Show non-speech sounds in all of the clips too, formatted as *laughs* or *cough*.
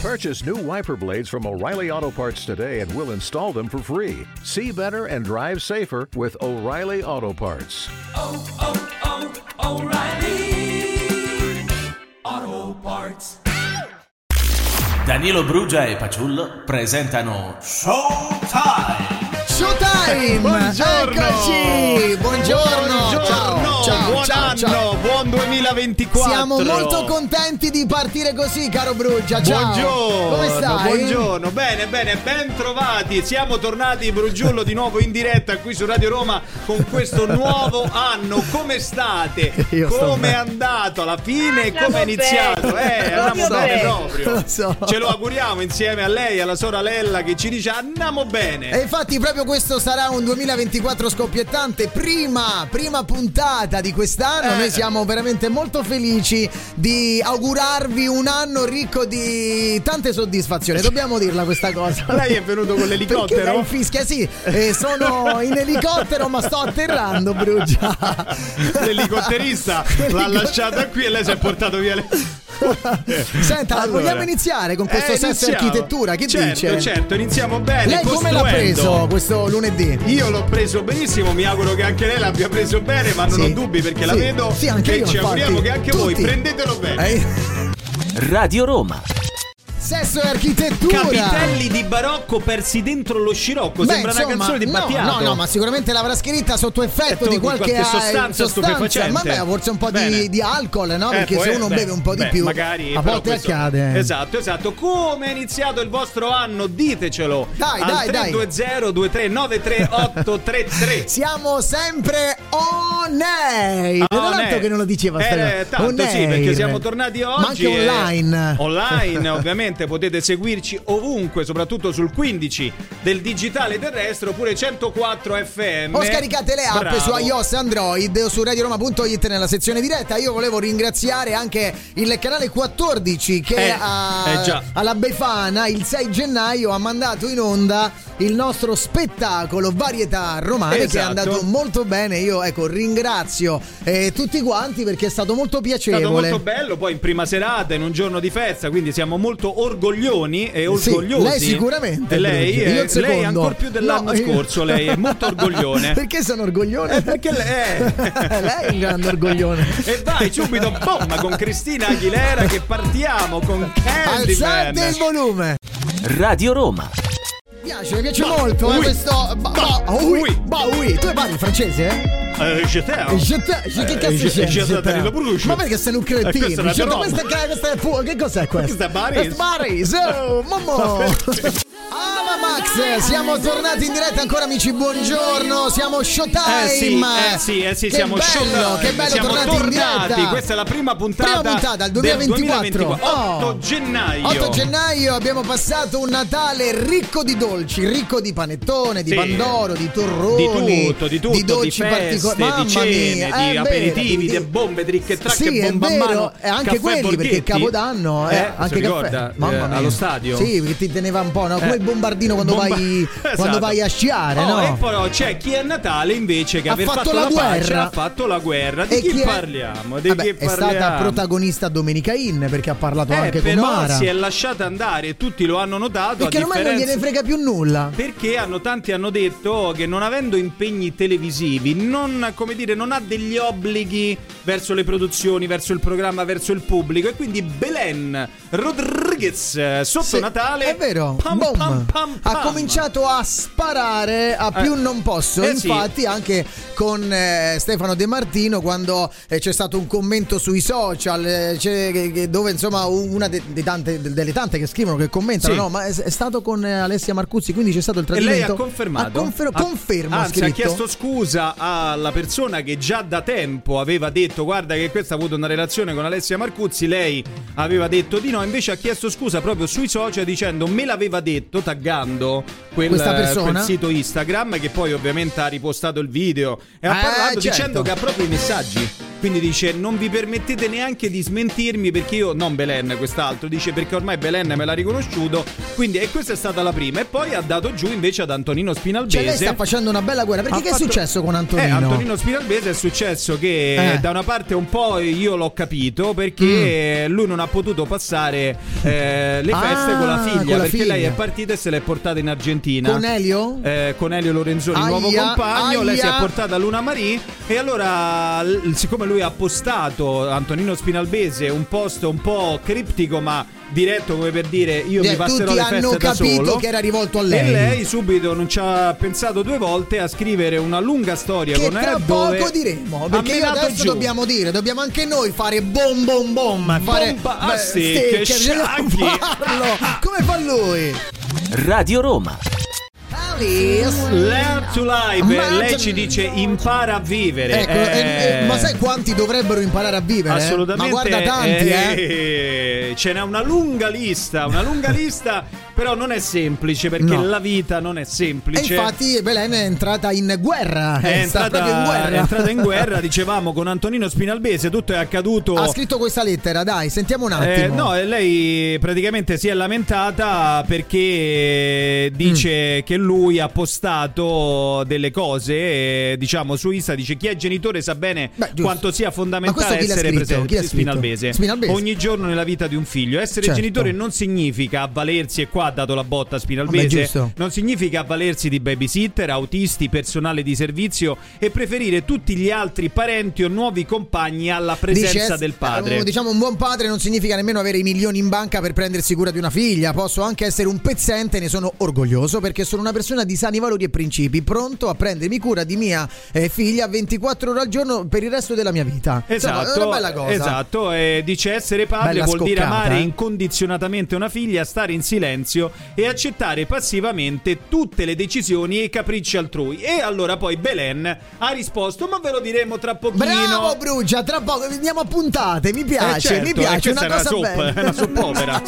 Purchase new wiper blades from O'Reilly Auto Parts today and we'll install them for free. See better and drive safer with O'Reilly Auto Parts. oh, oh, O'Reilly. Auto Parts. Danilo Brugia e Paciullo presentano Showtime! Showtime! Buongiorno! Eccoci! Buongiorno! Ciao, ciao, buon ciao, anno, ciao. buon 2024. Siamo molto contenti di partire così, caro Brugia. Ciao! Buongiorno, Come stai? buongiorno, bene, bene, ben trovati. Siamo tornati, Brugiullo, di nuovo in diretta qui su Radio Roma con questo nuovo anno. Come state? *laughs* Io sto Come è bene. andato alla fine? Andiamo Come è iniziato? bene. Eh, andiamo Proprio bene bene. proprio. Lo so. Ce lo auguriamo insieme a lei e alla sorella che ci dice andiamo bene. E infatti proprio questo sarà un 2024 scoppiettante, prima, prima puntata di quest'anno. Eh. Noi siamo veramente molto felici di augurarvi un anno ricco di tante soddisfazioni. Dobbiamo dirla questa cosa. Cioè, Lei è venuto con l'elicottero? Perché lei fischia, sì. Eh, sono in elicottero ma sto atterrando, Brugia. *laughs* L'elicotterista l'ha lasciata qui e lei si è portato via le... Senta, Allora. vogliamo iniziare con questo Eh, sesso e iniziamo. architettura? Che certo, dice? Certo, iniziamo bene. Lei come l'ha costruendo. preso questo lunedì? Io l'ho preso benissimo, mi auguro che anche lei l'abbia preso bene, ma non Sì. ho dubbi perché la Sì. vedo Sì, anche e io, ci infatti. auguriamo che anche voi Tutti. prendetelo bene. Eh, Radio Roma. sesso e architettura. Capitelli di barocco persi dentro lo scirocco, Eh, Beh, sembra insomma, una canzone di no, Battiato. No, no, ma sicuramente l'avrà scritta sotto effetto Effetto di qualche, di qualche sostanza eh, stupefacente. Ma beh, forse un po' Bene. di, di alcol, no? Eh, Perché se poi- uno beh, beve un po' di beh, più, magari, a però volte questo- accade. Esatto, esatto. Come è iniziato il vostro anno? Ditecelo. Dai, al dai, dai. 320-2393833. Siamo sempre on air. Era Ah, on tanto air. che non lo diceva Eh, Stella. tanto On sì, perché air. siamo tornati oggi. Ma anche e- online. *laughs* Online, ovviamente, potete seguirci ovunque, soprattutto sul 15 del digitale terrestre oppure 104 FM. O scaricate le app Bravo. su iOS, Android o su radioroma.it nella sezione diretta. Io volevo ringraziare anche il canale 14 che Eh, a- eh già. alla Befana il 6 gennaio ha mandato in onda il nostro spettacolo Varietà Romane che è Esatto. andato molto bene. Io ecco ringrazio eh, tutti quanti perché è stato molto È stato piacevole. molto bello, poi in prima serata, in un giorno di festa, quindi siamo molto orgoglioni e Sì, orgogliosi. lei sicuramente. E lei, Brugia. Io è, il secondo. lei ancora più dell'anno No, io- scorso, lei *laughs* è molto orgoglione. perché sono orgoglione? Eh, perché lei- *laughs* lei è un grande orgoglione. *laughs* e vai subito, bomba, con Cristina Aguilera che partiamo con *laughs* Candyman. Alzate il volume. Radio Roma. Mi piace, mi piace Bah, molto eh, oui. questo. Bah, Bah, bah, oui, oui. bah, oui. Tu parli francese? Eh, je t'aime. Je te- je- che Eh, cazzo je- c'è? je- Je Danilo te- Brucio. Ma perché sei un cretino? Eh, questa è la Je- Roma. questa, ca- questa è fu- Che cos'è questo? Questa è Baris. Baris. Oh, mamma. Ava Max, siamo tornati in diretta ancora amici, buongiorno, siamo showtime Eh sì, eh sì, eh sì, Che siamo bello, showtime. Che bello, siamo tornati, in tornati. diretta Questa è la prima puntata, Prima puntata, il del 2024. 2024. 8 Oh. gennaio. 8 gennaio abbiamo passato un Natale ricco di dolci, ricco di panettone, di Sì. pandoro, di torroni, Di tutto, di tutto, di, dolci feste, particolari, di cene, mamma mia, di eh, aperitivi, vero, di bombe, trick e track sì, e bomba è a vero, mano. e anche caffè quelli perché Borghetti. il Capodanno, eh, Eh, anche si caffè. ricorda, mamma eh, mia. allo stadio. Sì, perché ti teneva un po', no? Come Eh. il bombardino quando Bomba- vai *laughs* Esatto. quando vai a sciare, Oh, no? E poi c'è chi a Natale invece che Ha aver fatto fatto la la, pace, guerra. ha fatto la guerra. Di E chi, chi è- parliamo? Di Vabbè, chi è parliamo? stata protagonista Domenica In perché ha parlato Eh, anche con però Mara. si è lasciata andare e tutti lo hanno notato. Perché a ormai non differenza- gliene frega più nulla. Perché hanno, tanti hanno detto che non avendo impegni televisivi, non, come dire, non ha degli obblighi verso le produzioni, verso il programma, verso il pubblico. E quindi Belen Rodriguez eh, sotto Sì, Natale è vero, pam, boom. pam, pam, ha pam. cominciato a sparare a Eh, più non posso. eh sì. Infatti, anche con eh, Stefano De Martino, quando eh, c'è stato un commento sui social, eh, c'è- che- che- dove insomma u- una de- de tante- de- delle tante che scrivono, che commentano, Sì. no, ma è, è stato con eh, Alessia Marcuzzi, quindi c'è stato il E tradimento. lei ha confermato. Ha confer- Ha- conferma, Anzi, ha ha scritto. chiesto scusa alla persona che già da tempo aveva detto: Guarda, che questa ha avuto una relazione con Alessia Marcuzzi. Lei aveva detto di no. Invece ha chiesto scusa proprio sui social dicendo: Me l'aveva detto, taggando quel, Questa persona? quel sito Instagram. Che poi, ovviamente, ha ripostato il video e ha Eh, certo. parlato dicendo che ha proprio i messaggi. Quindi dice: Non vi permettete neanche di smentirmi perché io, non Belen, quest'altro, dice perché ormai Belen me l'ha riconosciuto. Quindi, e questa è stata la prima. E poi ha dato giù invece ad Antonino Spinalbese. Cioè lei sta facendo una bella guerra. Perché Ha che fatto- è successo con Eh, Antonino? Antonino Spinalbese è successo che Eh. da una parte un po' io l'ho capito perché lui non ha potuto passare eh, le Mm. Ah, feste con la figlia con la perché lei figlia. è partita e se l'è portata in Argentina. Con Elio? Eh, con Elio Lorenzoni, il nuovo Aia, compagno, lei si è aia. portata a Luna Marie e allora l- siccome lui ha postato Antonino Spinalbese un post un po' criptico ma diretto come per dire io Cioè, mi passerò tutti le feste hanno da capito solo che era rivolto a e lei. lei subito non ci ha pensato due volte a scrivere una lunga storia Che con tra Ed poco dove diremo. ha Perché io menato adesso giù. dobbiamo dire, dobbiamo anche noi fare bom bom bom. Fare Bomba ah, a beh, secche, stecche, dobbiamo sciacchi. farlo. Come fa lui? Radio Roma. Alice. Learn to live, Ma- lei ci dice impara a vivere. Ecco, eh, Eh, ma sai quanti dovrebbero imparare a vivere? eh? Assolutamente. Ma guarda tanti, eh. eh, Ce n'è una lunga lista, *laughs* una lunga lista, però non è semplice perché No. la vita non è E semplice. infatti Belen è entrata in guerra. eh, è sta entrata, proprio in guerra. è *laughs* entrata in guerra, dicevamo con Antonino Spinalbese, tutto è accaduto Ha scritto questa lettera, dai, sentiamo un Eh, attimo. no, eh, lei praticamente si è lamentata perché dice Mm. che lui ha postato delle cose, eh, diciamo, su Insta. Dice chi è genitore sa bene Beh, giusto. quanto Ma sia questo fondamentale chi l'ha essere scritto? Chi l'ha presente. scritto? Spinalbese. Spinalbese. Ogni giorno nella vita di un figlio. Essere Certo. genitore non significa avvalersi, e qua ha dato la botta a Vabbè, Spinalbese, giusto. non significa avvalersi di babysitter, autisti, personale di servizio e preferire tutti gli altri parenti o nuovi compagni alla Dice, presenza eh, del padre. eh, Diciamo un buon padre non significa nemmeno avere i milioni in banca per prendersi cura di una figlia. Posso anche essere un pezzente, ne sono orgoglioso perché sono una persona di sani valori e principi, pronto a prendermi cura di mia eh, figlia 24 ore al giorno per il resto della mia vita. Insomma, Esatto, è una bella cosa. esatto, e dice essere padre Bella vuol dire scoccata, amare eh. incondizionatamente una figlia, stare in silenzio e accettare passivamente tutte le decisioni e i capricci altrui. E allora poi Belen ha risposto, ma ve lo diremo tra pochino. Bravo Brugia, tra poco andiamo a puntate, mi Eh, piace, certo, mi eh, piace, una questa era cosa una soap, bella. una soap opera.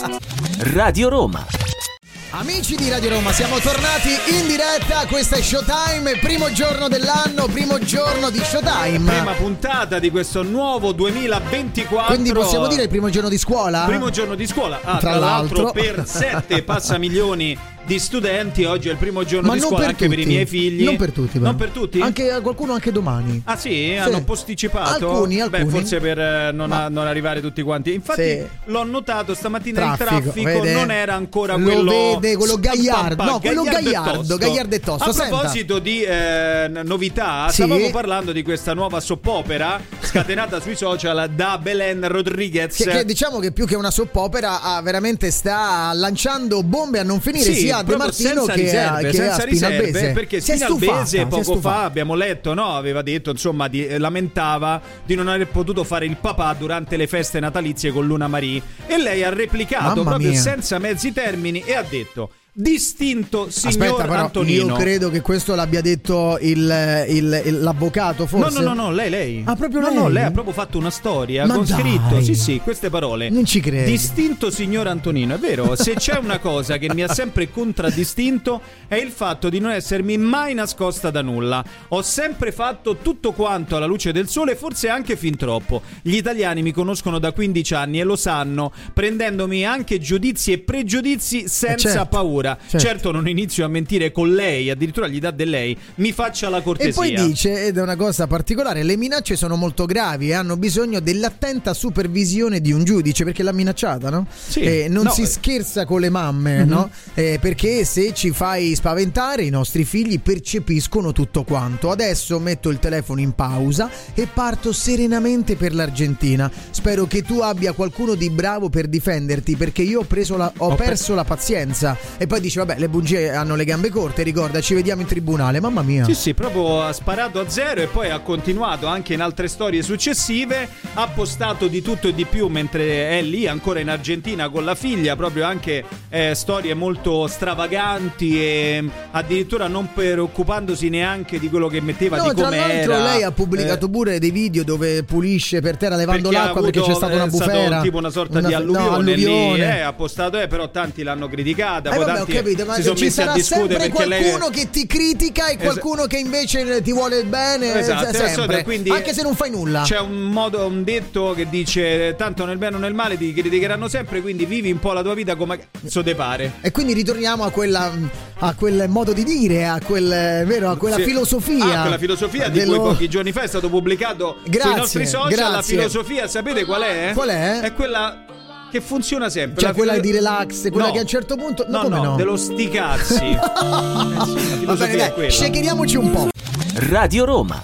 Radio Roma. *laughs* Amici di Radio Roma, siamo tornati in diretta, questa è Showtime, primo giorno dell'anno, primo giorno di Showtime. Prima puntata di questo nuovo 2024. Quindi possiamo dire il primo giorno di scuola? Primo giorno di scuola, Ah, Tra tra, l'altro, l'altro. *laughs* per 7 passa milioni di studenti oggi è il primo giorno Ma di non scuola per anche per i tutti. miei figli. Non per tutti, però. Non per tutti? Anche eh, qualcuno anche domani. Ah sì, hanno posticipato. Alcuni, Beh, alcuni. forse per eh, non, Ma- a- non arrivare tutti quanti. Infatti Sì. l'ho notato stamattina il Traffico, traffico vede? non era ancora Lo quello vede, quello Gagliardo. Pam, pam, No, quello Gagliardo, tosto. Gagliardo e tosto, A senta. proposito di eh, n- novità, Sì. stavamo parlando di questa nuova soppopera scatenata sui social da Belen Rodriguez. Che, che diciamo che più che una soppopera ah, veramente sta lanciando bombe a non finire Sì, sia a De proprio Martino senza che, a, riserve, che senza a riserve, Spinalbese. perché Si è stufata, si Spinalbese è poco stufata. fa abbiamo letto, no, aveva detto, insomma, di- eh, lamentava di non aver potuto fare il papà durante le feste natalizie con Luna Marie e lei ha replicato Mamma proprio mia. senza mezzi termini e ha detto "Distinto signor Aspetta, però, Antonino". io credo che questo l'abbia detto il- il- il- l'avvocato, No, forse. no, no, no, lei, lei. Ah, proprio no, lei? No, lei ha proprio fatto una storia Ma con dai. scritto, sì, sì, queste parole. Non ci credo. Distinto signor Antonino, è vero, se c'è una cosa che mi ha sempre contraddistinto è il fatto di non essermi mai nascosta da nulla. Ho sempre fatto tutto quanto alla luce del sole, forse anche fin troppo. Gli italiani mi conoscono da 15 anni e lo sanno, prendendomi anche giudizi e pregiudizi senza certo, paura. certo. Certo. non inizio a mentire con lei, addirittura gli dà del lei, mi faccia la cortesia. E poi dice, ed è una cosa particolare, le minacce sono molto gravi e hanno bisogno dell'attenta supervisione di un giudice perché l'ha minacciata, no? Sì. Eh, non No, si eh. Mhm. scherza con le mamme, no? Eh, perché se ci fai spaventare i nostri figli percepiscono tutto quanto. Adesso metto il telefono in pausa e parto serenamente per l'Argentina. Spero che tu abbia qualcuno di bravo per difenderti perché io ho, preso la- ho pe- perso la pazienza. E poi dice, vabbè, le bugie hanno le gambe corte, ricorda, ci vediamo in tribunale, mamma mia. Sì, sì, proprio ha sparato a zero e poi ha continuato anche in altre storie successive. Ha postato di tutto e di più mentre è lì, ancora in Argentina con la figlia, proprio anche eh, storie molto stravaganti e mm, addirittura non preoccupandosi neanche di quello che metteva No, di tra com'era. l'altro lei ha Eh, pubblicato pure dei video dove pulisce per terra levando perché ha l'acqua perché avuto, c'è stata una eh, stato bufera. tipo una sorta di no, alluvione, lì, alluvione. eh, ha postato, eh, però tanti l'hanno criticata. Eh, poi vabbè, Vabbè, ho tanti capito, ma si sono ci messi a sarà discutere sempre perché lei qualcuno che ti critica e Esa- qualcuno che invece ti vuole bene. Esatto, eh, adesso sempre. quindi- Anche se non fai nulla. C'è un modo, un detto che dice: Tanto nel bene o nel male ti criticheranno sempre, quindi vivi un po' la tua vita come cazzo te pare. E quindi ritorniamo a, quella, a quel modo di dire, a, quel, vero, a quella Sì. filosofia. Ah, quella filosofia di dello- cui pochi giorni fa è stato pubblicato Grazie, sui nostri social. La grazie. filosofia, sapete qual è? Qual è? È quella che funziona sempre. Cioè La quella filo- di relax, quella No. che a un certo punto. No, No, come no, no? *laughs* dello *laughs* sticazzi. Eh sì, la Va filosofia bene, è dai, quella. shakeriamoci un po'. Radio Roma,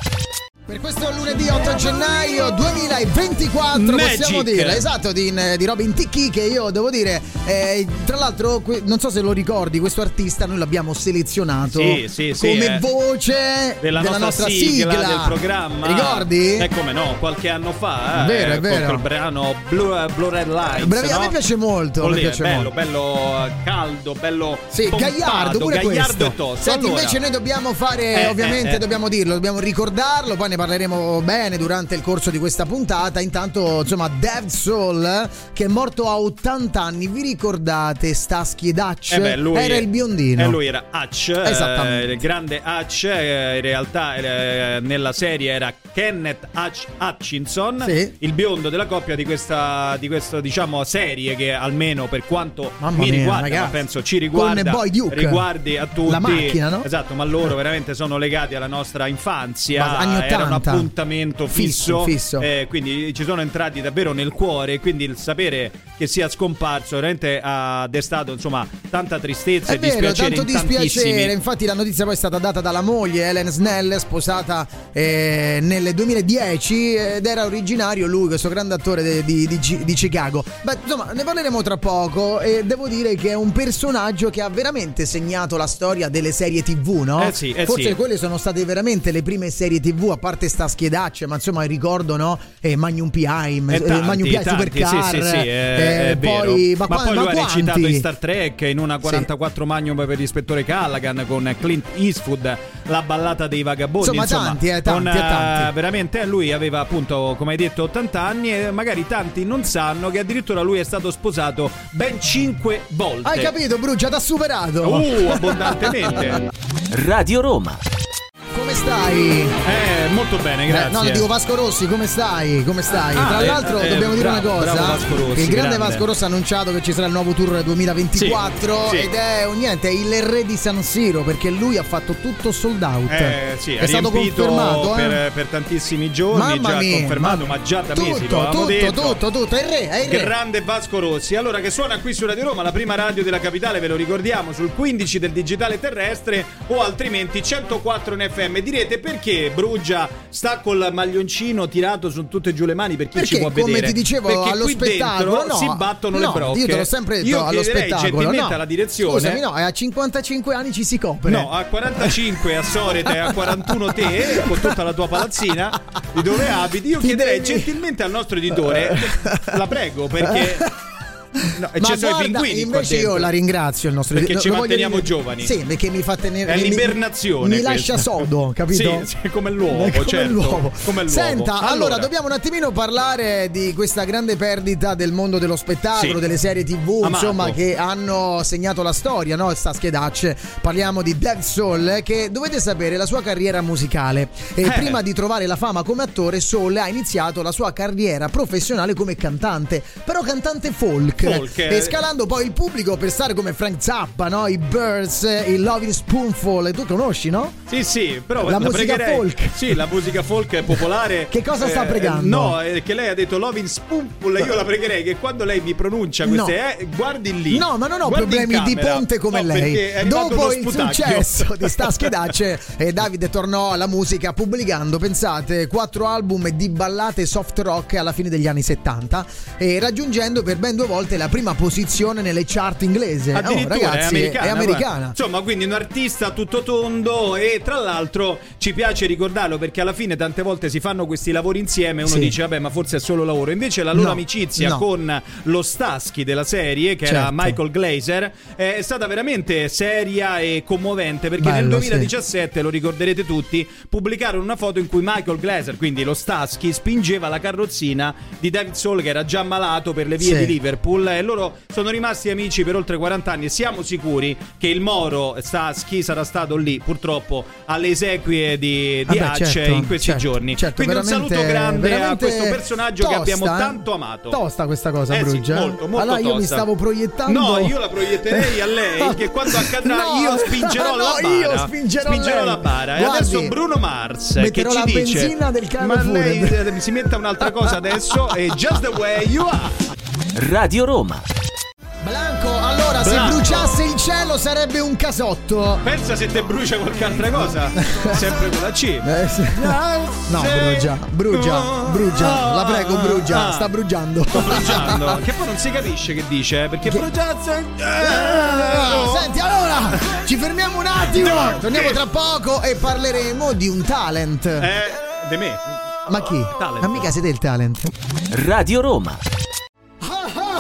Per questo lunedì 8 gennaio 2024 possiamo Magic. dire, esatto, di, di Robin Ticchi che io devo dire, eh, tra l'altro que- non so se lo ricordi, questo artista noi l'abbiamo selezionato Sì, sì, sì, come eh. voce della, nostra, sigla, del programma. Ecco, Ricordi? E come no, qualche anno fa. eh, Vero, è con vero. Col brano Blue, Blue Red Lights. Bravi, a me no? piace molto, mi Quello lì è piace bello, molto. bello eh, caldo, bello Sì, pompato, Gagliardo pure Gagliardo questo. e tosto. Senti, Allora, invece noi dobbiamo fare, Eh, ovviamente eh, eh. dobbiamo dirlo, dobbiamo ricordarlo, poi ne parleremo bene durante il corso di questa puntata. Intanto, insomma, Dev Soul eh, che è morto a 80 anni, vi ricordate sta schiedaccia? eh beh, lui- Era il biondino. eh, lui era Hutch, eh, Esattamente. il grande Hutch, eh, in realtà eh, nella serie era Kenneth Hutch Hutchinson, Sì. il biondo della coppia di questa, di questa diciamo, serie che almeno per quanto Mamma mi mia, riguarda, ma ragazzi. penso ci Con riguarda, Boy Duke. riguardi a tutti. La macchina, no? Esatto, ma loro veramente sono legati alla nostra infanzia, Ma anni era un 80. appuntamento Fisso, fisso, fisso. eh, quindi ci sono entrati davvero nel cuore, quindi il sapere che sia scomparso veramente ha destato insomma tanta tristezza È e vero, dispiacere tanto in tantissimi. dispiacere. eh, Infatti, la notizia poi è stata data dalla moglie Helen Snell, sposata eh, nel 2010, ed era originario lui, questo grande attore de- di, di Chi- di Chicago. Beh, insomma, ne parleremo tra poco. E devo dire che è un personaggio che ha veramente segnato la storia delle serie TV, no? Eh sì, eh Forse sì. quelle sono state veramente le prime serie TV, a parte sta schiedaccia, ma insomma, ricordo, no? Eh, Magnum P.I., E Eh, tanti, Magnum P.I., tanti, Supercar. sì, sì, sì, è- eh, è vero. poi, ma, qua- poi ma lui ha recitato quanti? in Star Trek in una 44 Magnum per l'ispettore Callaghan con Clint Eastwood, la ballata dei vagabondi. Insomma, tanti, eh, tanti, con, eh, tanti. eh, Veramente eh, lui aveva appunto, come hai detto, 80 anni e magari tanti non sanno che addirittura lui è stato sposato ben 5 volte. Hai capito, Brugia? T'ha superato. *laughs* Uh, abbondantemente. Radio Roma, Come stai? Eh, molto bene, grazie. Eh, no, dico Vasco Rossi, come stai? Come stai? Ah, Tra eh, l'altro eh, dobbiamo dire bravo, una cosa. bravo Vasco Rossi, il grande grande. Vasco Rossi ha annunciato che ci sarà il nuovo tour 2024 Sì, sì. ed è oh, niente, è il re di San Siro perché lui ha fatto tutto sold out. Eh, sì, è stato riempito confermato, eh. per, per tantissimi giorni, Mamma già mia, confermato, ma già da tutto, mesi lo avevamo tutto, detto. tutto, tutto, è il re, è il re. Grande Vasco Rossi. Allora, che suona qui su Radio Roma, la prima radio della capitale, ve lo ricordiamo, sul 15 del digitale terrestre o altrimenti 104 in FM. Direte perché Brugia sta col maglioncino tirato su tutte e giù le mani per chi Perché, ci può come vedere? ti dicevo, perché allo qui spettacolo, dentro no, si battono no, le brocche. Io te l'ho sempre detto, Io allo chiederei spettacolo. gentilmente no. alla direzione Scusami, no, a 55 anni ci si copre. No, a 45 a Sorete, a 41 te, con tutta la tua palazzina di dove abiti, io Ti chiederei devi- gentilmente al nostro editore, la prego, perché no, Ma ci sono eh, i guarda, pinguini qua invece io dentro. la ringrazio il nostro Perché lo- ci lo voglio manteniamo dire- giovani. Sì, perché mi fa tenere È mi- l'invernazione Mi, questa. lascia sodo, capito? Sì, sì, come l'uovo, Eh, come certo. l'uovo. Come l'uovo. Senta, allora. Allora. dobbiamo un attimino parlare di questa grande perdita del mondo dello spettacolo, Sì. delle serie TV, Amato. insomma, che hanno segnato la storia, no? Sta schedacce. Parliamo di Dead Soul eh, che dovete sapere la sua carriera musicale. E Eh. prima di trovare la fama come attore, Soul ha iniziato la sua carriera professionale come cantante, però cantante folk. Folk, eh. E scalando poi il pubblico per stare come Frank Zappa, no? I Birds, eh, i Loving Spoonful, tu conosci, no? Sì, sì, però La musica pregherei- folk. Sì, la musica folk è popolare. Eh, Che cosa sta pregando? No, è che lei ha detto Lovin Spoonful. Io la pregherei che quando lei mi pronuncia queste, No. eh, guardi lì. No, ma non ho guardi in problemi di camera. ponte come No, perché è lei. arrivato Dopo uno il sputacchio. successo di *laughs* Sta Schedacce, eh, Davide tornò alla musica pubblicando, pensate, quattro album di ballate soft rock alla fine degli anni 70 e raggiungendo per ben due volte la prima posizione nelle chart inglese. Oh, Addirittura ragazzi, è americana. è guarda. americana. Insomma, quindi un artista tutto tondo e tra l'altro ci piace ricordarlo perché alla fine tante volte si fanno questi lavori insieme e uno Sì. dice vabbè ma forse è solo lavoro. Invece la loro No, amicizia no. con lo Staschi della serie, che era Certo. Michael Glazer, è stata veramente seria e commovente perché nel Bello, sì. 2017, lo ricorderete tutti, pubblicarono una foto in cui Michael Glazer, quindi lo Staschi, spingeva la carrozzina di David Soul che era già malato per le vie Sì. di Liverpool e cioè loro sono rimasti amici per oltre 40 anni e siamo sicuri che il Moro sta, chi sarà stato lì purtroppo alle esequie di, di Vabbè, Acce certo, in questi certo, giorni. certo, Quindi un veramente- saluto grande a veramente questo personaggio che tosta, abbiamo eh? tanto amato. Tosta questa cosa, Eh sì, Brugia. molto, molto allora io mi tosta. stavo proiettando. No, io la proietterei *laughs* a lei, che quando accadrà No, io spingerò *laughs* no, la bara. Io spingerò, lei. la bara. e Guardi, adesso Bruno Mars che metterò ci la dice benzina del carro Ma lei Furred." eh, si metta un'altra cosa adesso e just the way you are. Radio Roma, Blanco, allora Blanco. se bruciasse il cielo sarebbe un casotto. Pensa se te brucia qualche altra cosa. Sempre quella C. Eh, sì. *laughs* No, Brugia, Brugia, Brugia, la prego Brugia, Ah. sta brugiando. bruciando. che poi non si capisce che dice, eh, perché Eh, bruciazza. Senti, allora ci fermiamo un attimo. No, Torniamo che- tra poco e parleremo di un talent. Eh, di me. Ma chi? talent. Ma mica siete il talent. Radio Roma,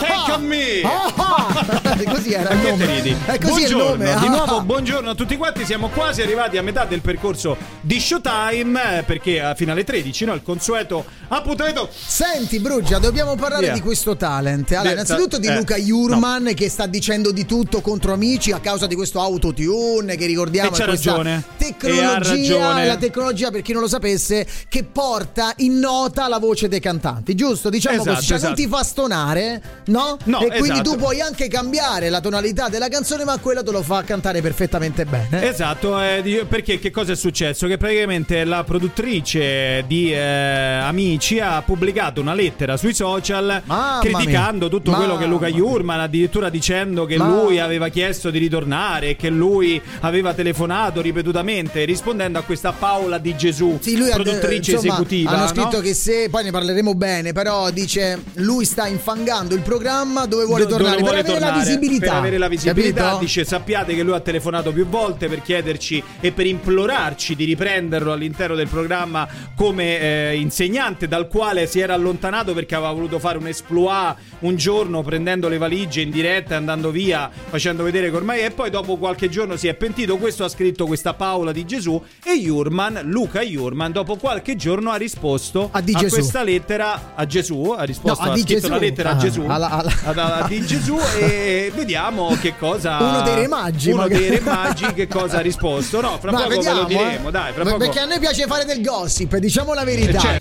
Take on me. Ah, *laughs* ah. Così era il Che te nome. ridi? Eh, così è il buongiorno, nome. di Ah. nuovo buongiorno a tutti quanti. Siamo quasi arrivati a metà del percorso di Showtime eh, perché eh, fino alle 13, no? Il consueto appuntamento. Senti Brugia, dobbiamo parlare Yeah. di questo talent. Allora, Yeah, innanzitutto di eh, Luca Jurman che sta dicendo di tutto contro amici a causa di questo autotune che ricordiamo E c'ha è questa ragione. E ha tecnologia, ragione. la tecnologia per chi non lo sapesse che porta in nota la voce dei cantanti, giusto? Diciamo Esatto, così, cioè esatto. non ti fa stonare, no? No, e quindi esatto. tu puoi anche cambiare la tonalità della canzone, ma quello te lo fa cantare perfettamente bene. Esatto, eh, di- perché che cosa è successo? Che praticamente la produttrice di eh, Amici ha pubblicato una lettera sui social Mamma criticando mia. tutto quello che Luca Mamma Jurman, addirittura dicendo che Mamma lui mia. aveva chiesto di ritornare, che lui aveva telefonato ripetutamente rispondendo a questa Paola di Gesù, Sì, lui ha- produttrice insomma, esecutiva. Hanno no? scritto che se poi ne parleremo bene, però dice lui sta infangando il programma dove vuole Do- dove tornare vuole per avere tornare, la visibilità. per avere la visibilità, Capito? dice sappiate che lui ha telefonato più volte per chiederci e per implorarci di riprenderlo all'interno del programma come eh, insegnante dal quale si era allontanato perché aveva voluto fare un esploit un giorno prendendo le valigie in diretta e andando via facendo vedere che ormai e poi dopo qualche giorno si è pentito questo ha scritto questa Paola di Gesù e Jurman Luca Jurman dopo qualche giorno ha risposto A di Gesù. questa lettera a Gesù ha risposto No, a ha di scritto Gesù. la lettera a Ah, Gesù alla- alla- ad- a- di Gesù e vediamo che cosa Uno dei re magi, uno magari. dei re magi che cosa ha risposto no fra Ma poco vediamo, ve lo diremo eh. dai fra Beh, poco Perché a noi piace fare del gossip, diciamo la verità. Cioè,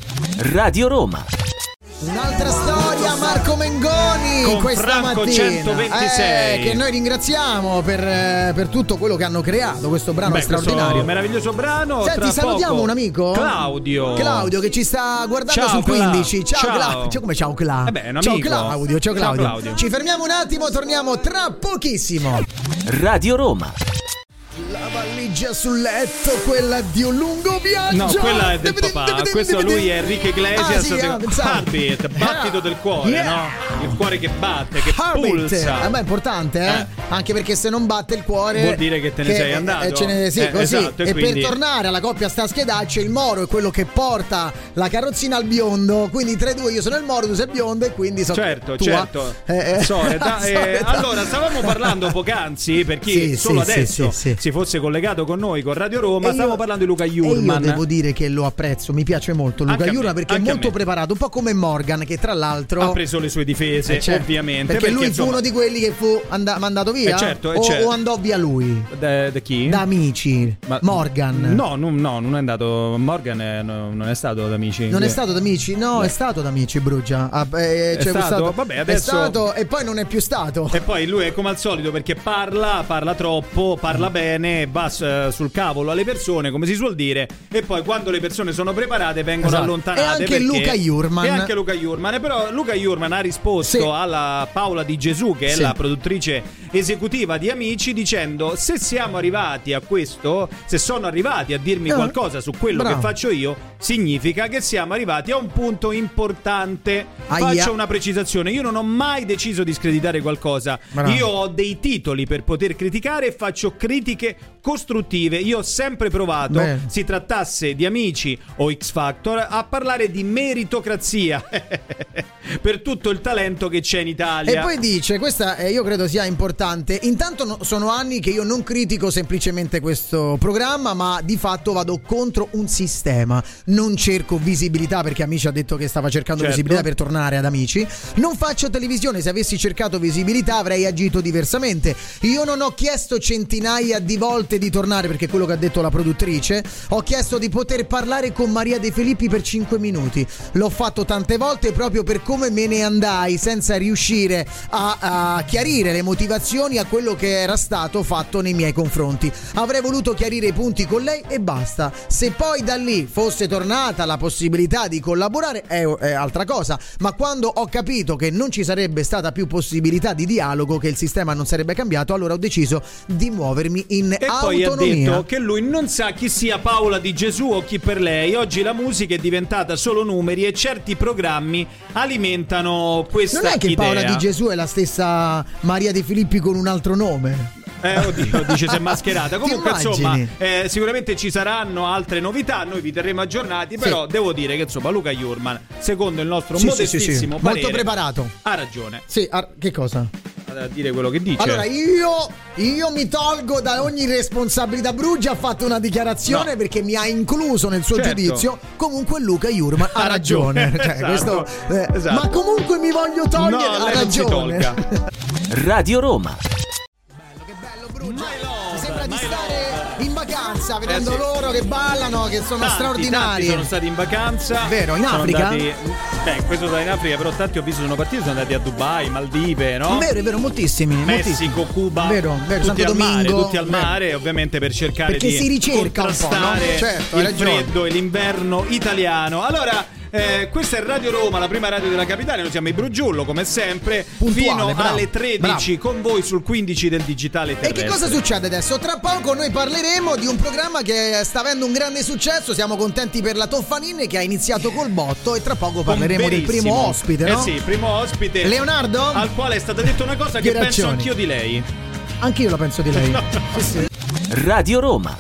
Radio Roma, Un'altra storia, Marco Mengoni Con questa Franco mattina. 126. Eh, che noi ringraziamo per, eh, per tutto quello che hanno creato. Questo brano beh, questo straordinario. meraviglioso brano Senti, tra salutiamo poco. un amico. Claudio Claudio che ci sta guardando Ciao, sul Cla. 15. Ciao, Ciao. Cla- Ciao, come ciao Cla. Eh beh, è un ciao amico. Claudio, ciao Ciao, Claudio. Claudio. Ci fermiamo un attimo, torniamo tra pochissimo. Radio Roma, La valigia sul letto, quella di un lungo viaggio. No, quella è del papà. Questo lui è Enrique Ah, Iglesias. sì, ah, pensavo. Heartbeat, battito Ah, del cuore, yeah. no? Il cuore che batte, che Heartbeat. pulsa. Eh, ma è importante, eh? Eh. Anche perché se non batte il cuore. Vuol dire che te ne sei eh, andato. eh, ce ne- sì, Eh, così. esatto, e e quindi- per tornare alla coppia sta schedaccia, il moro è quello che porta la carrozzina al biondo. Quindi tra i due io sono il moro, tu sei biondo e quindi sono. Certo, tua. certo. Eh, eh. *laughs* Soreta, eh, Soreta. allora, *laughs* stavamo parlando poc'anzi, per chi Sì, solo sì, adesso sì, sì, sì. si fosse collegato con noi, con Radio Roma, E stavamo io- parlando di Luca E io devo Jurman. dire che lo apprezzo, mi piace molto Luca Anche a me, Jurman perché è anche a molto me. preparato, un po' come Morgan che tra l'altro... Ha preso le sue difese, Eh, cioè, ovviamente. Perché, lui insomma, fu uno di quelli che fu anda- mandato via Eh, certo, eh, o, certo. o andò via lui? Da, da chi? Da amici, Ma- Morgan. No, no, no, non è andato. Morgan è- no, non è stato ad amici. Non è stato da amici? No, è stato da amici Brugia. Ah, beh, È stato? Vabbè, adesso- È stato e poi non è più stato. E poi lui è come al solito perché parla, parla troppo, parla Mm. bene, va s- eh, sul cavolo alle persone, come si suol dire, e poi quando le persone sono preparate vengono Esatto. allontanate. E anche perché- Luca Jurman. E anche Luca Jurman. E però Luca Jurman ha risposto Sì. alla Paola Di Gesù, che è Sì. la produttrice esecutiva di Amici, dicendo se siamo arrivati a questo, se sono arrivati a dirmi Eh, qualcosa su quello bravo. che faccio io, significa che siamo arrivati a un punto importante. Aia. Faccio una precisazione, io non ho mai deciso di screditare qualcosa. Bravo. Io ho dei titoli per poter criticare e faccio critiche costruttive. Io ho sempre provato, Beh. si trattasse di amici o X Factor, a parlare di meritocrazia *laughs* per tutto il talento che c'è in Italia. E poi dice, questa eh, io credo sia importante, intanto no- sono anni che io non critico semplicemente questo programma, ma di fatto vado contro un sistema. non cerco visibilità perché Amici ha detto che stava cercando Certo. visibilità per tornare ad Amici. Non faccio televisione, se avessi cercato visibilità avrei agito diversamente. Io non ho chiesto centinaia di volte di tornare perché è quello che ha detto la produttrice, ho chiesto di poter parlare con Maria De Filippi per 5 minuti. L'ho fatto tante volte proprio per come me ne andai senza riuscire a, a chiarire le motivazioni a quello che era stato fatto nei miei confronti. Avrei voluto chiarire i punti con lei e basta. Se poi da lì fosse tornata la possibilità di collaborare è, è altra cosa, ma quando ho capito che non ci sarebbe stata più possibilità di dialogo, che il sistema non sarebbe cambiato, allora ho deciso di muovermi in E poi ha autonomia. detto che lui non sa chi sia Paola di Gesù o chi per lei. Oggi la musica è diventata solo numeri e certi programmi alimentano questa non è che Paola idea. di Gesù è la stessa Maria De Filippi con un altro nome. Eh, oddio, dice si è mascherata. Ti Comunque, immagini? insomma, eh, sicuramente ci saranno altre novità. Noi vi terremo aggiornati. Però devo dire che, insomma, Luca Iurman, secondo il nostro Sì, sì, sì, modestissimo sì. parere, Molto preparato. ha ragione. Sì, ah, che cosa? Vado A dire quello che dice. Allora io, io mi tolgo da ogni responsabilità. Brugia ha fatto una dichiarazione No. perché mi ha incluso nel suo Certo. giudizio. Comunque Luca Iurman ha Ha ragione. ragione. *laughs* Cioè, Esatto. questo, eh, Esatto. Ma comunque mi voglio togliere. ha no, lei non si ragione. *laughs* tolga. Radio Roma. Bello, che bello Brugia. My love, Mi sembra di my stare in vacanza vedendo Eh, sì. loro che ballano, che sono Tanti, straordinari. tanti sono stati in vacanza. Vero, in Sono Africa? andati- Beh, questo da in Africa, però tanti ho visto sono partiti, sono andati a Dubai, Maldive, no? Vero, è vero, moltissimi. moltissimi. Messico, Cuba, Vero, vero, tutti, Santo al mare, Domingo, tutti al vero. mare, ovviamente per cercare Perché di si ricerca un po', no? contrastare Certo, hai il ragione. freddo e l'inverno italiano. Allora, eh, questa è Radio Roma, la prima radio della capitale, noi siamo i Brugiullo come sempre, Puntuale, fino bravo, alle 13 con voi sul 15 del digitale E terrestre. che cosa succede adesso? Tra poco noi parleremo di un programma che sta avendo un grande successo, siamo contenti per la Toffanini che ha iniziato col botto e tra poco parleremo del Pomperissimo. primo ospite, no? Eh sì, primo ospite. Leonardo? Al quale è stata detta una cosa che penso Ghierazioni. anch'io di lei. Anche io la penso di *laughs* lei. Sì, sì. Radio Roma.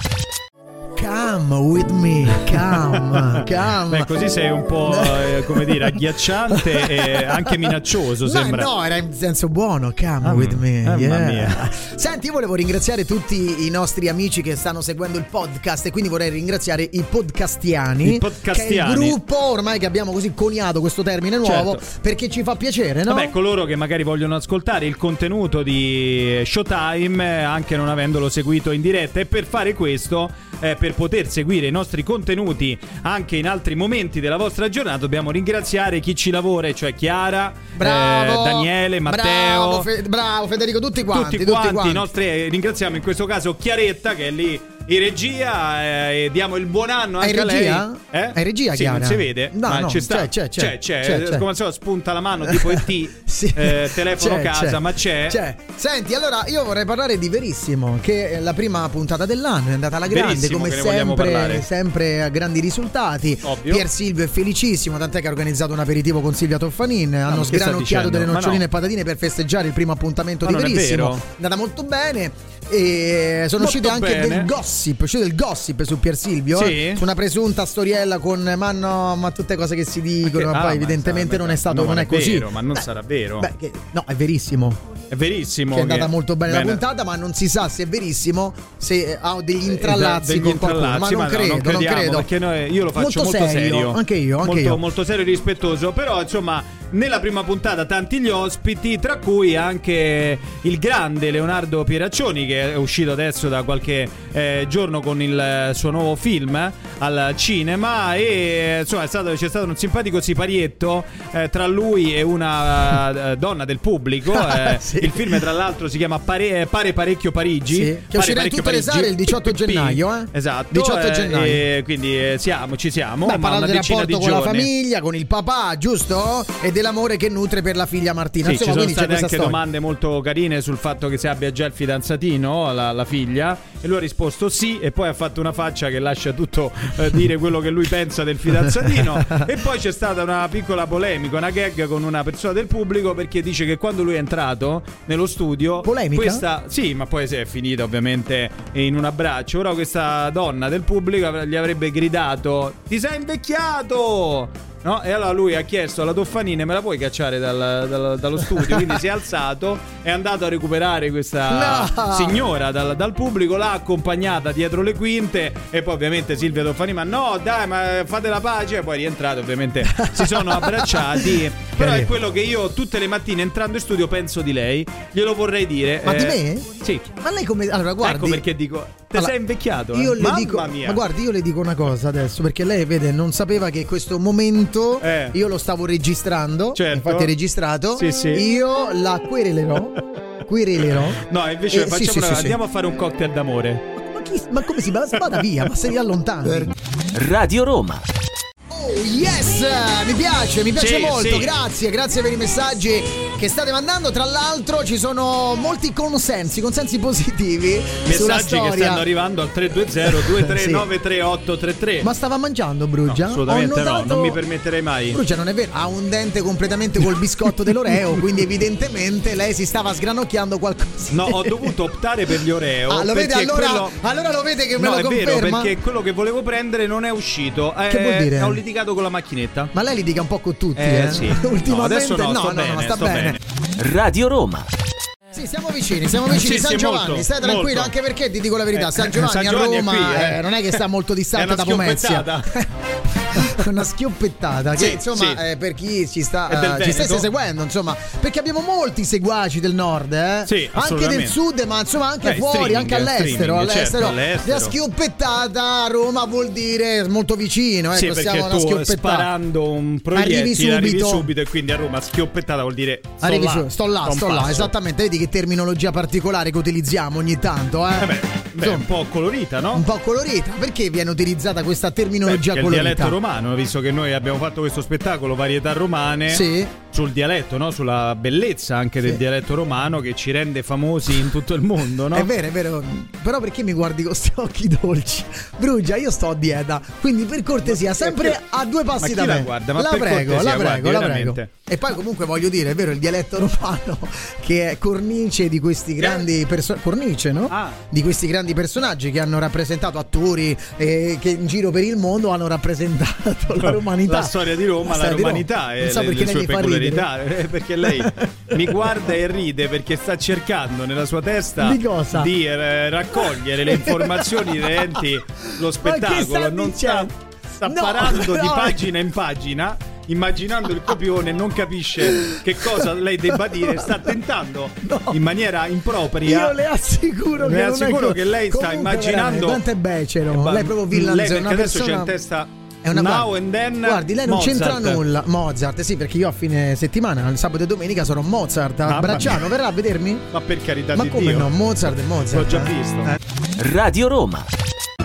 Come with me, *laughs* come, come. Beh, così sei un po', eh, come dire, agghiacciante e anche minaccioso, *laughs* No, sembra. No, era in senso buono. Come Ah, with me. mamma yeah. mia. Senti, io volevo ringraziare tutti i nostri amici che stanno seguendo il podcast. E quindi vorrei ringraziare i podcastiani. I podcastiani. Che è il gruppo ormai che abbiamo così coniato questo termine nuovo. Certo. Perché ci fa piacere, Eh, no? Vabbè, coloro che magari vogliono ascoltare il contenuto di Showtime, eh, anche non avendolo seguito in diretta, e per fare questo, eh, per poter seguire i nostri contenuti anche in altri momenti della vostra giornata, dobbiamo ringraziare chi ci lavora, e cioè Chiara, Bravo, eh, Daniele, Matteo. Bravo, Fe- bravo, Federico, tutti quanti. tutti quanti, i nostri- eh, ringraziamo in questo caso Chiaretta che è lì in regia eh, e diamo il buon anno È anche in a regia? lei. Eh? È in regia, sì, non Chiara? si vede, No, ma no, ci sta. c'è, c'è, c'è. C'è, c'è. come al solito spunta *laughs* la mano tipo ET, Sì. eh, telefono C'è, casa, c'è. ma c'è. C'è. Senti, allora io vorrei parlare di Verissimo, che è la prima puntata dell'anno, è andata alla grande Verissimo, come che ne vogliamo sempre, parlare. sempre a grandi risultati. Ovvio. Pier Silvio è felicissimo, tant'è che ha organizzato un aperitivo con Silvia Toffanin, hanno Ah, ma che sta dicendo? sgranocchiato delle Ma noccioline no. e patatine per festeggiare il primo appuntamento Ma di non è Verissimo. vero? È andata molto bene. E sono Molto uscite anche bene. del gossip, c'è del gossip su Pier Silvio, Sì? eh, su una presunta storiella con ma no, ma tutte cose che si dicono, Ah, ma ma poi evidentemente sarà- non è stato no, non ma è, così. vero, ma non Beh, sarà vero. Beh, che- no, è verissimo è verissimo che è andata molto bene, la puntata, ma non si sa se è verissimo, se eh, ha degli intrallazzi degli con qualcuno. Ma intrallazzi, non no, credo, non, crediamo, credo. Perché noi- io lo faccio molto, serio, Anche io, anche molto, io. molto serio e rispettoso. Però, insomma, nella prima puntata tanti gli ospiti, tra cui anche il grande Leonardo Pieraccioni, che è uscito adesso da qualche eh, giorno con il eh, suo nuovo film eh, al cinema. E eh, insomma, è stato- c'è stato un simpatico siparietto eh, tra lui e una eh, donna *laughs* del pubblico. eh. Ah, Sì. Il film, tra l'altro, si chiama Pare, Pare Parecchio Parigi. Sì, che Pare uscirà in Parecchio tutte le Parigi. sale il 18 gennaio, eh? Esatto. 18 eh, gennaio. e quindi eh, siamo, ci siamo. Beh, ma parlando una del decina di rapporto con giorni. la famiglia, con il papà, giusto? E dell'amore che nutre per la figlia Martina. Sì, ci Insomma, sono quindi c'è state questa anche storia. domande molto carine sul fatto che se abbia già il fidanzatino, la, la figlia, e lui ha risposto sì, e poi ha fatto una faccia che lascia tutto *laughs* eh, dire quello che lui pensa del fidanzatino. e poi c'è stata una piccola polemica, una gag con una persona del pubblico perché dice che quando lui è entrato nello studio, Polemica? questa sì, ma poi si è finita ovviamente in un abbraccio. Ora questa donna del pubblico av- gli avrebbe gridato: Ti sei invecchiato! No? E allora lui ha chiesto alla Toffanini: Me la puoi cacciare dal- dal- dallo studio? Quindi si è alzato, è andato a recuperare questa No! signora dal, dal pubblico, l'ha accompagnata dietro le quinte. E poi, ovviamente, Silvia Toffanini, ma no, dai, ma fate la pace. E poi è rientrato, ovviamente, si sono abbracciati. Però è Carino. quello che io tutte le mattine entrando in studio penso di lei, glielo vorrei dire. eh, Ma di me? Sì. Ma lei come. Allora, guardi. Ecco perché dico, te Allora, sei invecchiato. eh? Io le Mamma dico, mia. Ma guardi, io le dico una cosa adesso, perché lei vede, non sapeva che questo momento Eh. io lo stavo registrando. Certo. Infatti, è registrato. Sì, sì. Io la querelerò. querelerò. No, invece Eh, sì, facciamo sì, una- sì, sì. andiamo a fare un cocktail d'amore. Ma, chi- ma come si ma Vada via, ma se li allontani. Radio Roma. Oh, yes! Mi piace, mi piace Sì, molto. sì. Grazie, grazie per i messaggi che state mandando. Tra l'altro, ci sono molti consensi, consensi positivi sulla Messaggi storia. che stanno arrivando al 320 2393 Ma stava mangiando Brugia? No, assolutamente Ho no, notato- non mi permetterei mai. Brugia non è vero, ha un dente completamente col biscotto *laughs* dell'Oreo, quindi evidentemente lei si stava sgranocchiando qualcosa. No, ho dovuto optare per gli Oreo. *laughs* Ah, lo vede perché allora? quello- Allora lo vede che me no, lo è conferma. vero, perché quello che volevo prendere non è uscito. Eh, Che vuol dire? Ho litigato con la macchinetta. Ma lei litiga un po' con tutti, eh? Eh, sì. No, *laughs* Ultimamente adesso no, no, no, no, sto bene, sta sto bene. bene. Radio Roma. Eh. Sì, siamo vicini, siamo vicini. Eh, Sì, San sì, Giovanni, molto, stai tranquillo, molto. anche perché ti dico la verità, Eh, San Giovanni, San a Giovanni è Roma qui, eh. eh, non è che sta molto distante È da una Pomezia. schioppettata. *laughs* una schioppettata che Sì, insomma sì. eh, per chi ci È del sta eh, Veneto. ci stesse seguendo, insomma, perché abbiamo molti seguaci del nord, eh? Sì, anche assolutamente. del sud, ma insomma anche Beh, fuori, streaming, anche all'estero, streaming, all'estero. certo, all'estero. La schioppettata a Roma vuol dire molto vicino, sì, ecco, stiamo perché a una tu eh, schioppettata. sparando un proiettile arrivi Arrivi subito. subito. e quindi a Roma schioppettata vuol dire sto Arrivi là, su, sto là, un sto là, passo. esattamente. Vedi che terminologia particolare che utilizziamo ogni tanto, eh? Eh beh, beh, Insomma, un po' colorita, no? un po' colorita. Perché viene utilizzata questa Beh, terminologia perché il colorita? dialetto romano, visto che noi abbiamo fatto questo spettacolo varietà romane Sì. sul dialetto, no? sulla bellezza anche Sì. del dialetto romano che ci rende famosi in tutto il mondo, no? È vero, è vero. Però perché mi guardi con questi occhi dolci? Brugia, io sto a dieta, quindi per cortesia, sempre a due ma passi chi da la me. guarda? Ma la per prego, cortesia, la prego, guardi, la veramente. prego. E poi comunque voglio dire, è vero, il dialetto romano *laughs* che è cornice di questi grandi personaggi, cornice, no? Eh. Ah. Di questi grandi personaggi che hanno rappresentato attori eh, che in giro per il mondo hanno rappresentato *laughs* la romanità. La storia di Roma, la, storia di Roma. romanità e Non so le, perché le lei sue mi fa ridere. peculiarità. *laughs* Eh, Perché *laughs* lei mi guarda e ride perché sta cercando nella sua testa Di cosa? di, eh, raccogliere *laughs* le informazioni inerenti lo Ma che sta spettacolo. Non sta, dicendo? sta No, parando di no. pagina in pagina. Immaginando il copione, non capisce che cosa lei debba dire, sta tentando *laughs* No. in maniera impropria. Io le assicuro Le che non è assicuro co- che lei sta Comunque, immaginando- veramente, Quanto è becero. Eh, ma- lei è proprio villanzosa. lei perché una adesso persona... c'è in testa È una now guarda- and then Guardi, lei non c'entra Mozart. nulla. Mozart, sì, perché io a fine settimana, il sabato e domenica, sarò Mozart a Mamma Bracciano. mia. Verrà a vedermi? Ma per carità Ma di come Dio, no? Mozart e Mozart. l'ho già eh. visto. Radio Roma.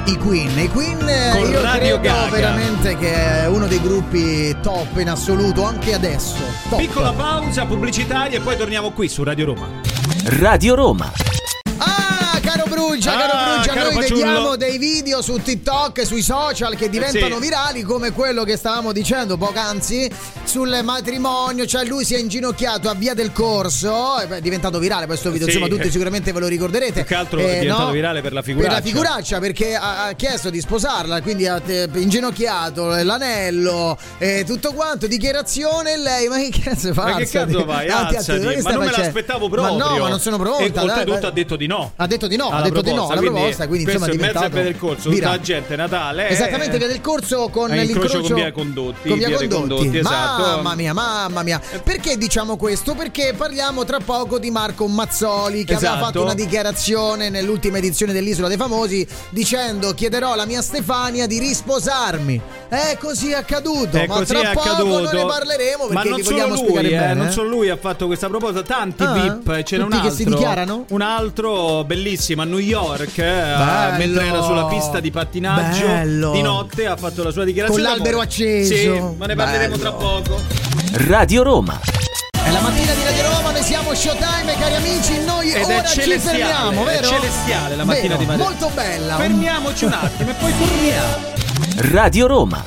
I Queen, i Queen eh, Con io Radio credo Gaga. veramente che è uno dei gruppi top in assoluto anche adesso. Top. Piccola pausa pubblicitaria e poi torniamo qui su Radio Roma. Radio Roma. Ah, caro Brugia, Ah, caro Brugia, caro noi Faciullo. vediamo dei video su TikTok, sui social che diventano sì. virali, come quello che stavamo dicendo poc'anzi sul matrimonio. Cioè, lui si è inginocchiato a via del corso, e beh, è diventato virale questo video. Sì. Insomma, tutti sicuramente ve lo ricorderete. Eh, Più che altro è diventato virale per la figuraccia. Per la figuraccia, perché ha, ha chiesto di sposarla, quindi ha eh, inginocchiato eh, l'anello e tutto quanto. Dichiarazione, lei, ma che cazzo fa? Ma che cazzo vai? Alzati. Ma non me l'aspettavo proprio. Ma no, ma non sono pronta. E dai, oltretutto vai. ha detto di no. Ha detto di no, ha alla detto di no proposta, alla quindi proposta, quindi questo insomma è è in mezzo diventato a via del corso, virale. tutta gente Natale. eh, Esattamente eh. via del corso con Eh, incrocio l'incrocio con via Condotti, con via via dei Condotti. Condotti, esatto. Eh. Mamma mia, mamma mia. Perché diciamo questo? Perché parliamo tra poco di Marco Mazzoli che aveva Esatto. fatto una dichiarazione nell'ultima edizione dell'Isola dei Famosi dicendo "Chiederò alla mia Stefania di risposarmi". È così accaduto, È ma così tra è poco accaduto. non ne parleremo Ma perché non vi solo vogliamo lui, spiegare eh, bene. non solo lui ha fatto questa proposta, tanti Ah, VIP, ce n'è un tutti altro. che si dichiarano? Un altro bellissimo a New York, eh, Bello. mentre era sulla pista di pattinaggio Bello. di notte ha fatto la sua dichiarazione. Con l'albero d'amore. acceso. Sì, ma ne parleremo Bello. tra poco. Radio Roma. È la mattina di Radio Roma, noi siamo Showtime, cari amici, noi Ed ora è ci celestiale, fermiamo, è vero? celestiale la mattina Vero, di Madrid. Molto bella. un Fermiamoci un attimo e poi torniamo. Radio Roma.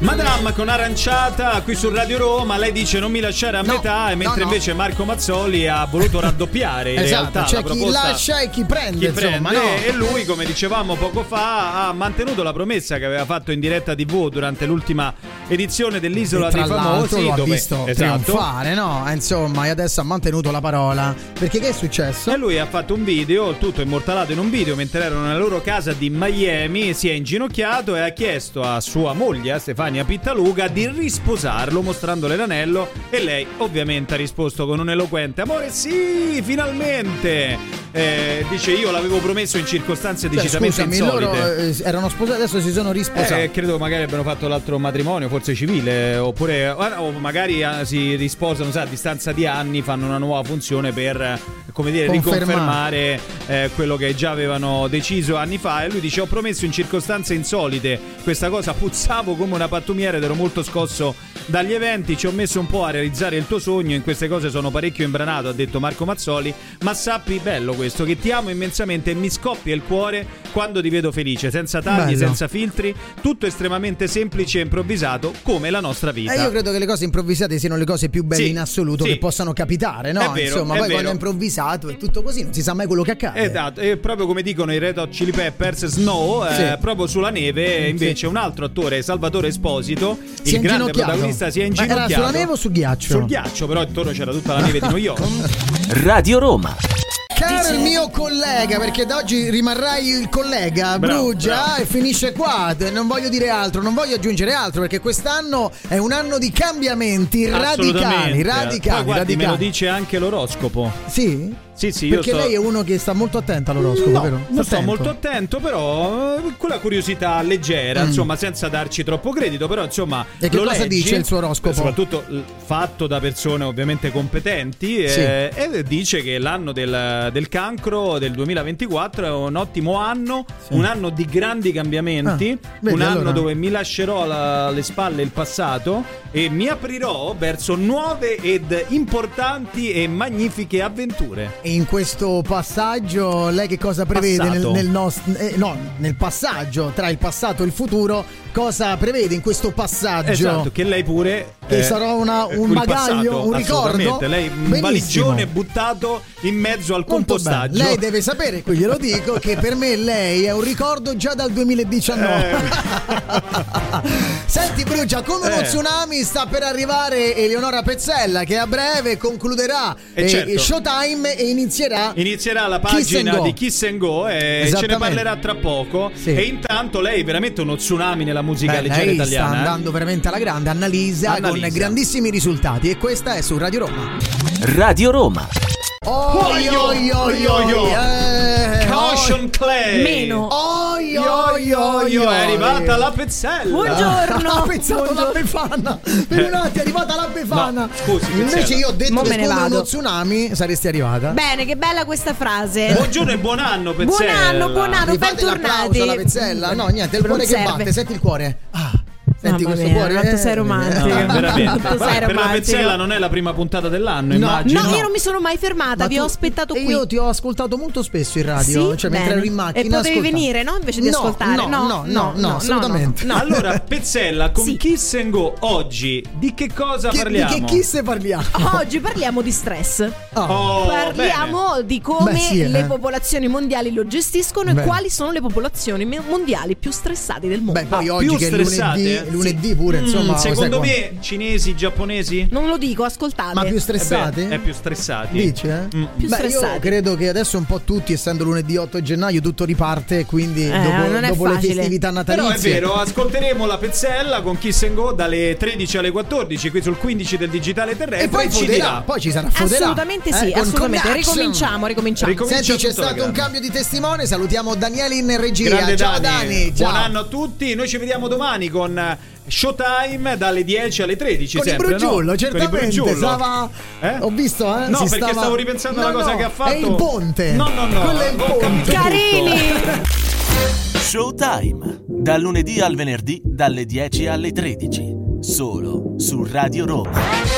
Madame con aranciata qui su Radio Roma, lei dice non mi lasciare a No, metà, e no, mentre no. invece Marco Mazzoli ha voluto raddoppiare in Esatto, realtà c'è la chi proposta. lascia e chi prende, chi insomma, prende, no? e lui, come dicevamo poco fa, ha mantenuto la promessa che aveva fatto in diretta TV durante l'ultima edizione dell'Isola E tra dei l'altro Famosi. lo ha dove- visto esatto, trionfare, no? Eh, Insomma, e adesso ha mantenuto la parola. Perché che è successo? E Eh, lui ha fatto un video, tutto immortalato in un video, mentre erano nella loro casa di Miami, si è inginocchiato e ha chiesto a sua moglie, a Stefania Pittaluga, di risposarlo mostrandole l'anello e lei ovviamente ha risposto con un eloquente amore sì, finalmente! Eh, dice io l'avevo promesso in circostanze Cioè, decisamente scusami, insolite. loro eh, erano sposati, adesso si sono risposati. Eh, credo magari abbiano fatto l'altro matrimonio, forse civile, oppure o magari eh, si risposano, sa, a distanza di anni fanno una nuova funzione per, eh, come dire, Confermare. riconfermare eh, quello che già avevano deciso anni fa. E lui dice: Ho promesso in circostanze insolite questa cosa, puzzavo come una pattumiera ed ero molto scosso dagli eventi. Ci ho messo un po' a realizzare il tuo sogno. In queste cose sono parecchio imbranato, ha detto Marco Mazzoli. Ma sappi, bello questo, che ti amo immensamente e mi scoppia il cuore quando ti vedo felice, senza tagli, Bello. senza filtri, tutto estremamente semplice e improvvisato, come la nostra vita. Eh, io credo che le cose improvvisate siano le cose più belle Sì, in assoluto sì. che possano capitare, no? È vero, Insomma, è poi vero. quando è improvvisato è tutto così, non si sa mai quello che accade. Esatto, e proprio come dicono i Red Hot Chili Peppers, Snow, eh, Sì. proprio sulla neve, Sì. invece un altro attore, Salvatore Esposito, Si è il grande inginocchiato. protagonista, si è Ma inginocchiato. era sulla neve o sul ghiaccio? Sul ghiaccio, però intorno c'era tutta la neve di New York. Radio Roma, Caro il mio collega, perché da oggi rimarrai il collega a Bravo, Brugia bravo. e finisce qua. Non voglio dire altro, non voglio aggiungere altro perché quest'anno è un anno di cambiamenti radicali, *laughs* Assolutamente. radicali, Poi guardi, radicali. me lo dice anche l'oroscopo. Sì? Sì, sì, io Perché sto- lei è uno che sta molto attento all'oroscopo, No, vero? non Sta sto attento. molto attento, però eh, con la curiosità leggera, insomma, senza darci troppo credito, però insomma... Mm. E che lo cosa leggi, dice il suo oroscopo? Soprattutto eh, fatto da persone ovviamente competenti Sì. eh, e dice che l'anno del, del cancro del 2024 è un ottimo anno, un anno di grandi cambiamenti, Ah, vedi, un anno allora. dove mi lascerò alla- alle spalle il passato e mi aprirò verso nuove ed importanti e magnifiche avventure. E in questo passaggio lei che cosa prevede nel, Passato. nel nos- eh, no, nel passaggio tra il passato e il futuro? Cosa prevede in questo passaggio? Esatto, che lei pure. Che sarà una- eh, un il bagaglio, passato, un ricordo? assolutamente. Lei un Benissimo. valigione buttato in mezzo al Molto compostaggio. bene. Lei deve sapere, qui glielo dico, che per me lei è un ricordo già dal 2019. *laughs* Senti Brugia, come uno Eh. tsunami sta per arrivare Eleonora Pezzella che a breve concluderà Eh, eh, certo. Showtime e inizierà... Inizierà la Kiss and pagina Go. di Kiss and Go e ce Esattamente. ne parlerà tra poco. Sì. E intanto lei è veramente uno tsunami nella musica Beh, leggera lei italiana. sta eh. andando veramente alla grande, Annalisa, con Annalisa. grandissimi risultati e questa è su Radio Roma. Radio Roma, Oi, oi, oi, oi, oi. eh, Caution Clay! Meno. Oi, oi, oi, Oi, oi, oi. è arrivata la *laughs* pezzella! Buongiorno. Ho pensato alla Ah, Befana. Per un attimo è arrivata la Befana. No, scusi, Invece Pizzella. io ho detto Mo che me ne come vado. uno tsunami saresti arrivata. Bene, che bella questa frase. Buongiorno e buon anno, pezzella! Buon anno, buon anno, Mi fate bentornati. l'applauso alla pezzella? No, niente, è il Non cuore che serve. batte. Senti il cuore. Ah, senti Mamma questo mia, cuore. quanto sei romantico. Eh, *laughs* veramente. Vabbè, Sei per la romantico. pezzella non è la prima puntata dell'anno, No, immagino. No, io non mi sono mai fermata, vi ho aspettato e qui. Io ti ho ascoltato molto spesso in radio, Sì? cioè mentre Bene. ero in macchina. E potevi ascoltavo. venire, no? Invece di No, ascoltare. No, no, No, no, no, no, no, no, assolutamente. Allora, Pezzella, con Sì. Kiss and Go oggi di che cosa Che- di parliamo? che chisse parliamo? Oggi parliamo di stress. Oh. *laughs* Oh, parliamo di come Beh, sì, eh. le popolazioni mondiali lo gestiscono Bene. e quali sono le popolazioni me- mondiali più stressate del mondo. Beh, poi Ah, oggi più che è stressate? lunedì, lunedì pure, insomma. bene. sai Mm, Secondo quando- me, cinesi, giapponesi? Non lo dico, ascoltate. Ma più Eh beh, stressate? è più stressati. Dici, eh? Mm. Beh, Più io stressati. credo che adesso un po' tutti, essendo lunedì 8 gennaio, tutto riparte, quindi Eh, dopo, non è dopo le facile. festività Però natalizie. è vero, ascolteremo la pezzella con Kiss and Go dalle 13 alle 14 qui sul 15 del digitale terrestre. E poi ci foderà, dirà. poi ci sarà foderà. Assolutamente sì, Eh, con assolutamente. Connection. Ricominciamo, ricominciamo. Ricom- Comincia Senti, c'è tutto, stato un raga. cambio di testimone. Salutiamo Daniele in regia. Grande Ciao Dani. ciao. buon anno a tutti. Noi ci vediamo domani con Showtime dalle 10 alle 13. Con il sempre, Brugiullo, no? certamente. Con il Brugiullo. Stava... Eh? Ho visto, eh? No, si perché stava- stavo ripensando No, alla cosa no, che ha fatto. È il ponte. No, no, no. Quello è il Ho capito ponte. tutto. Carini! Showtime, dal lunedì al venerdì dalle 10 alle 13, solo su Radio Roma.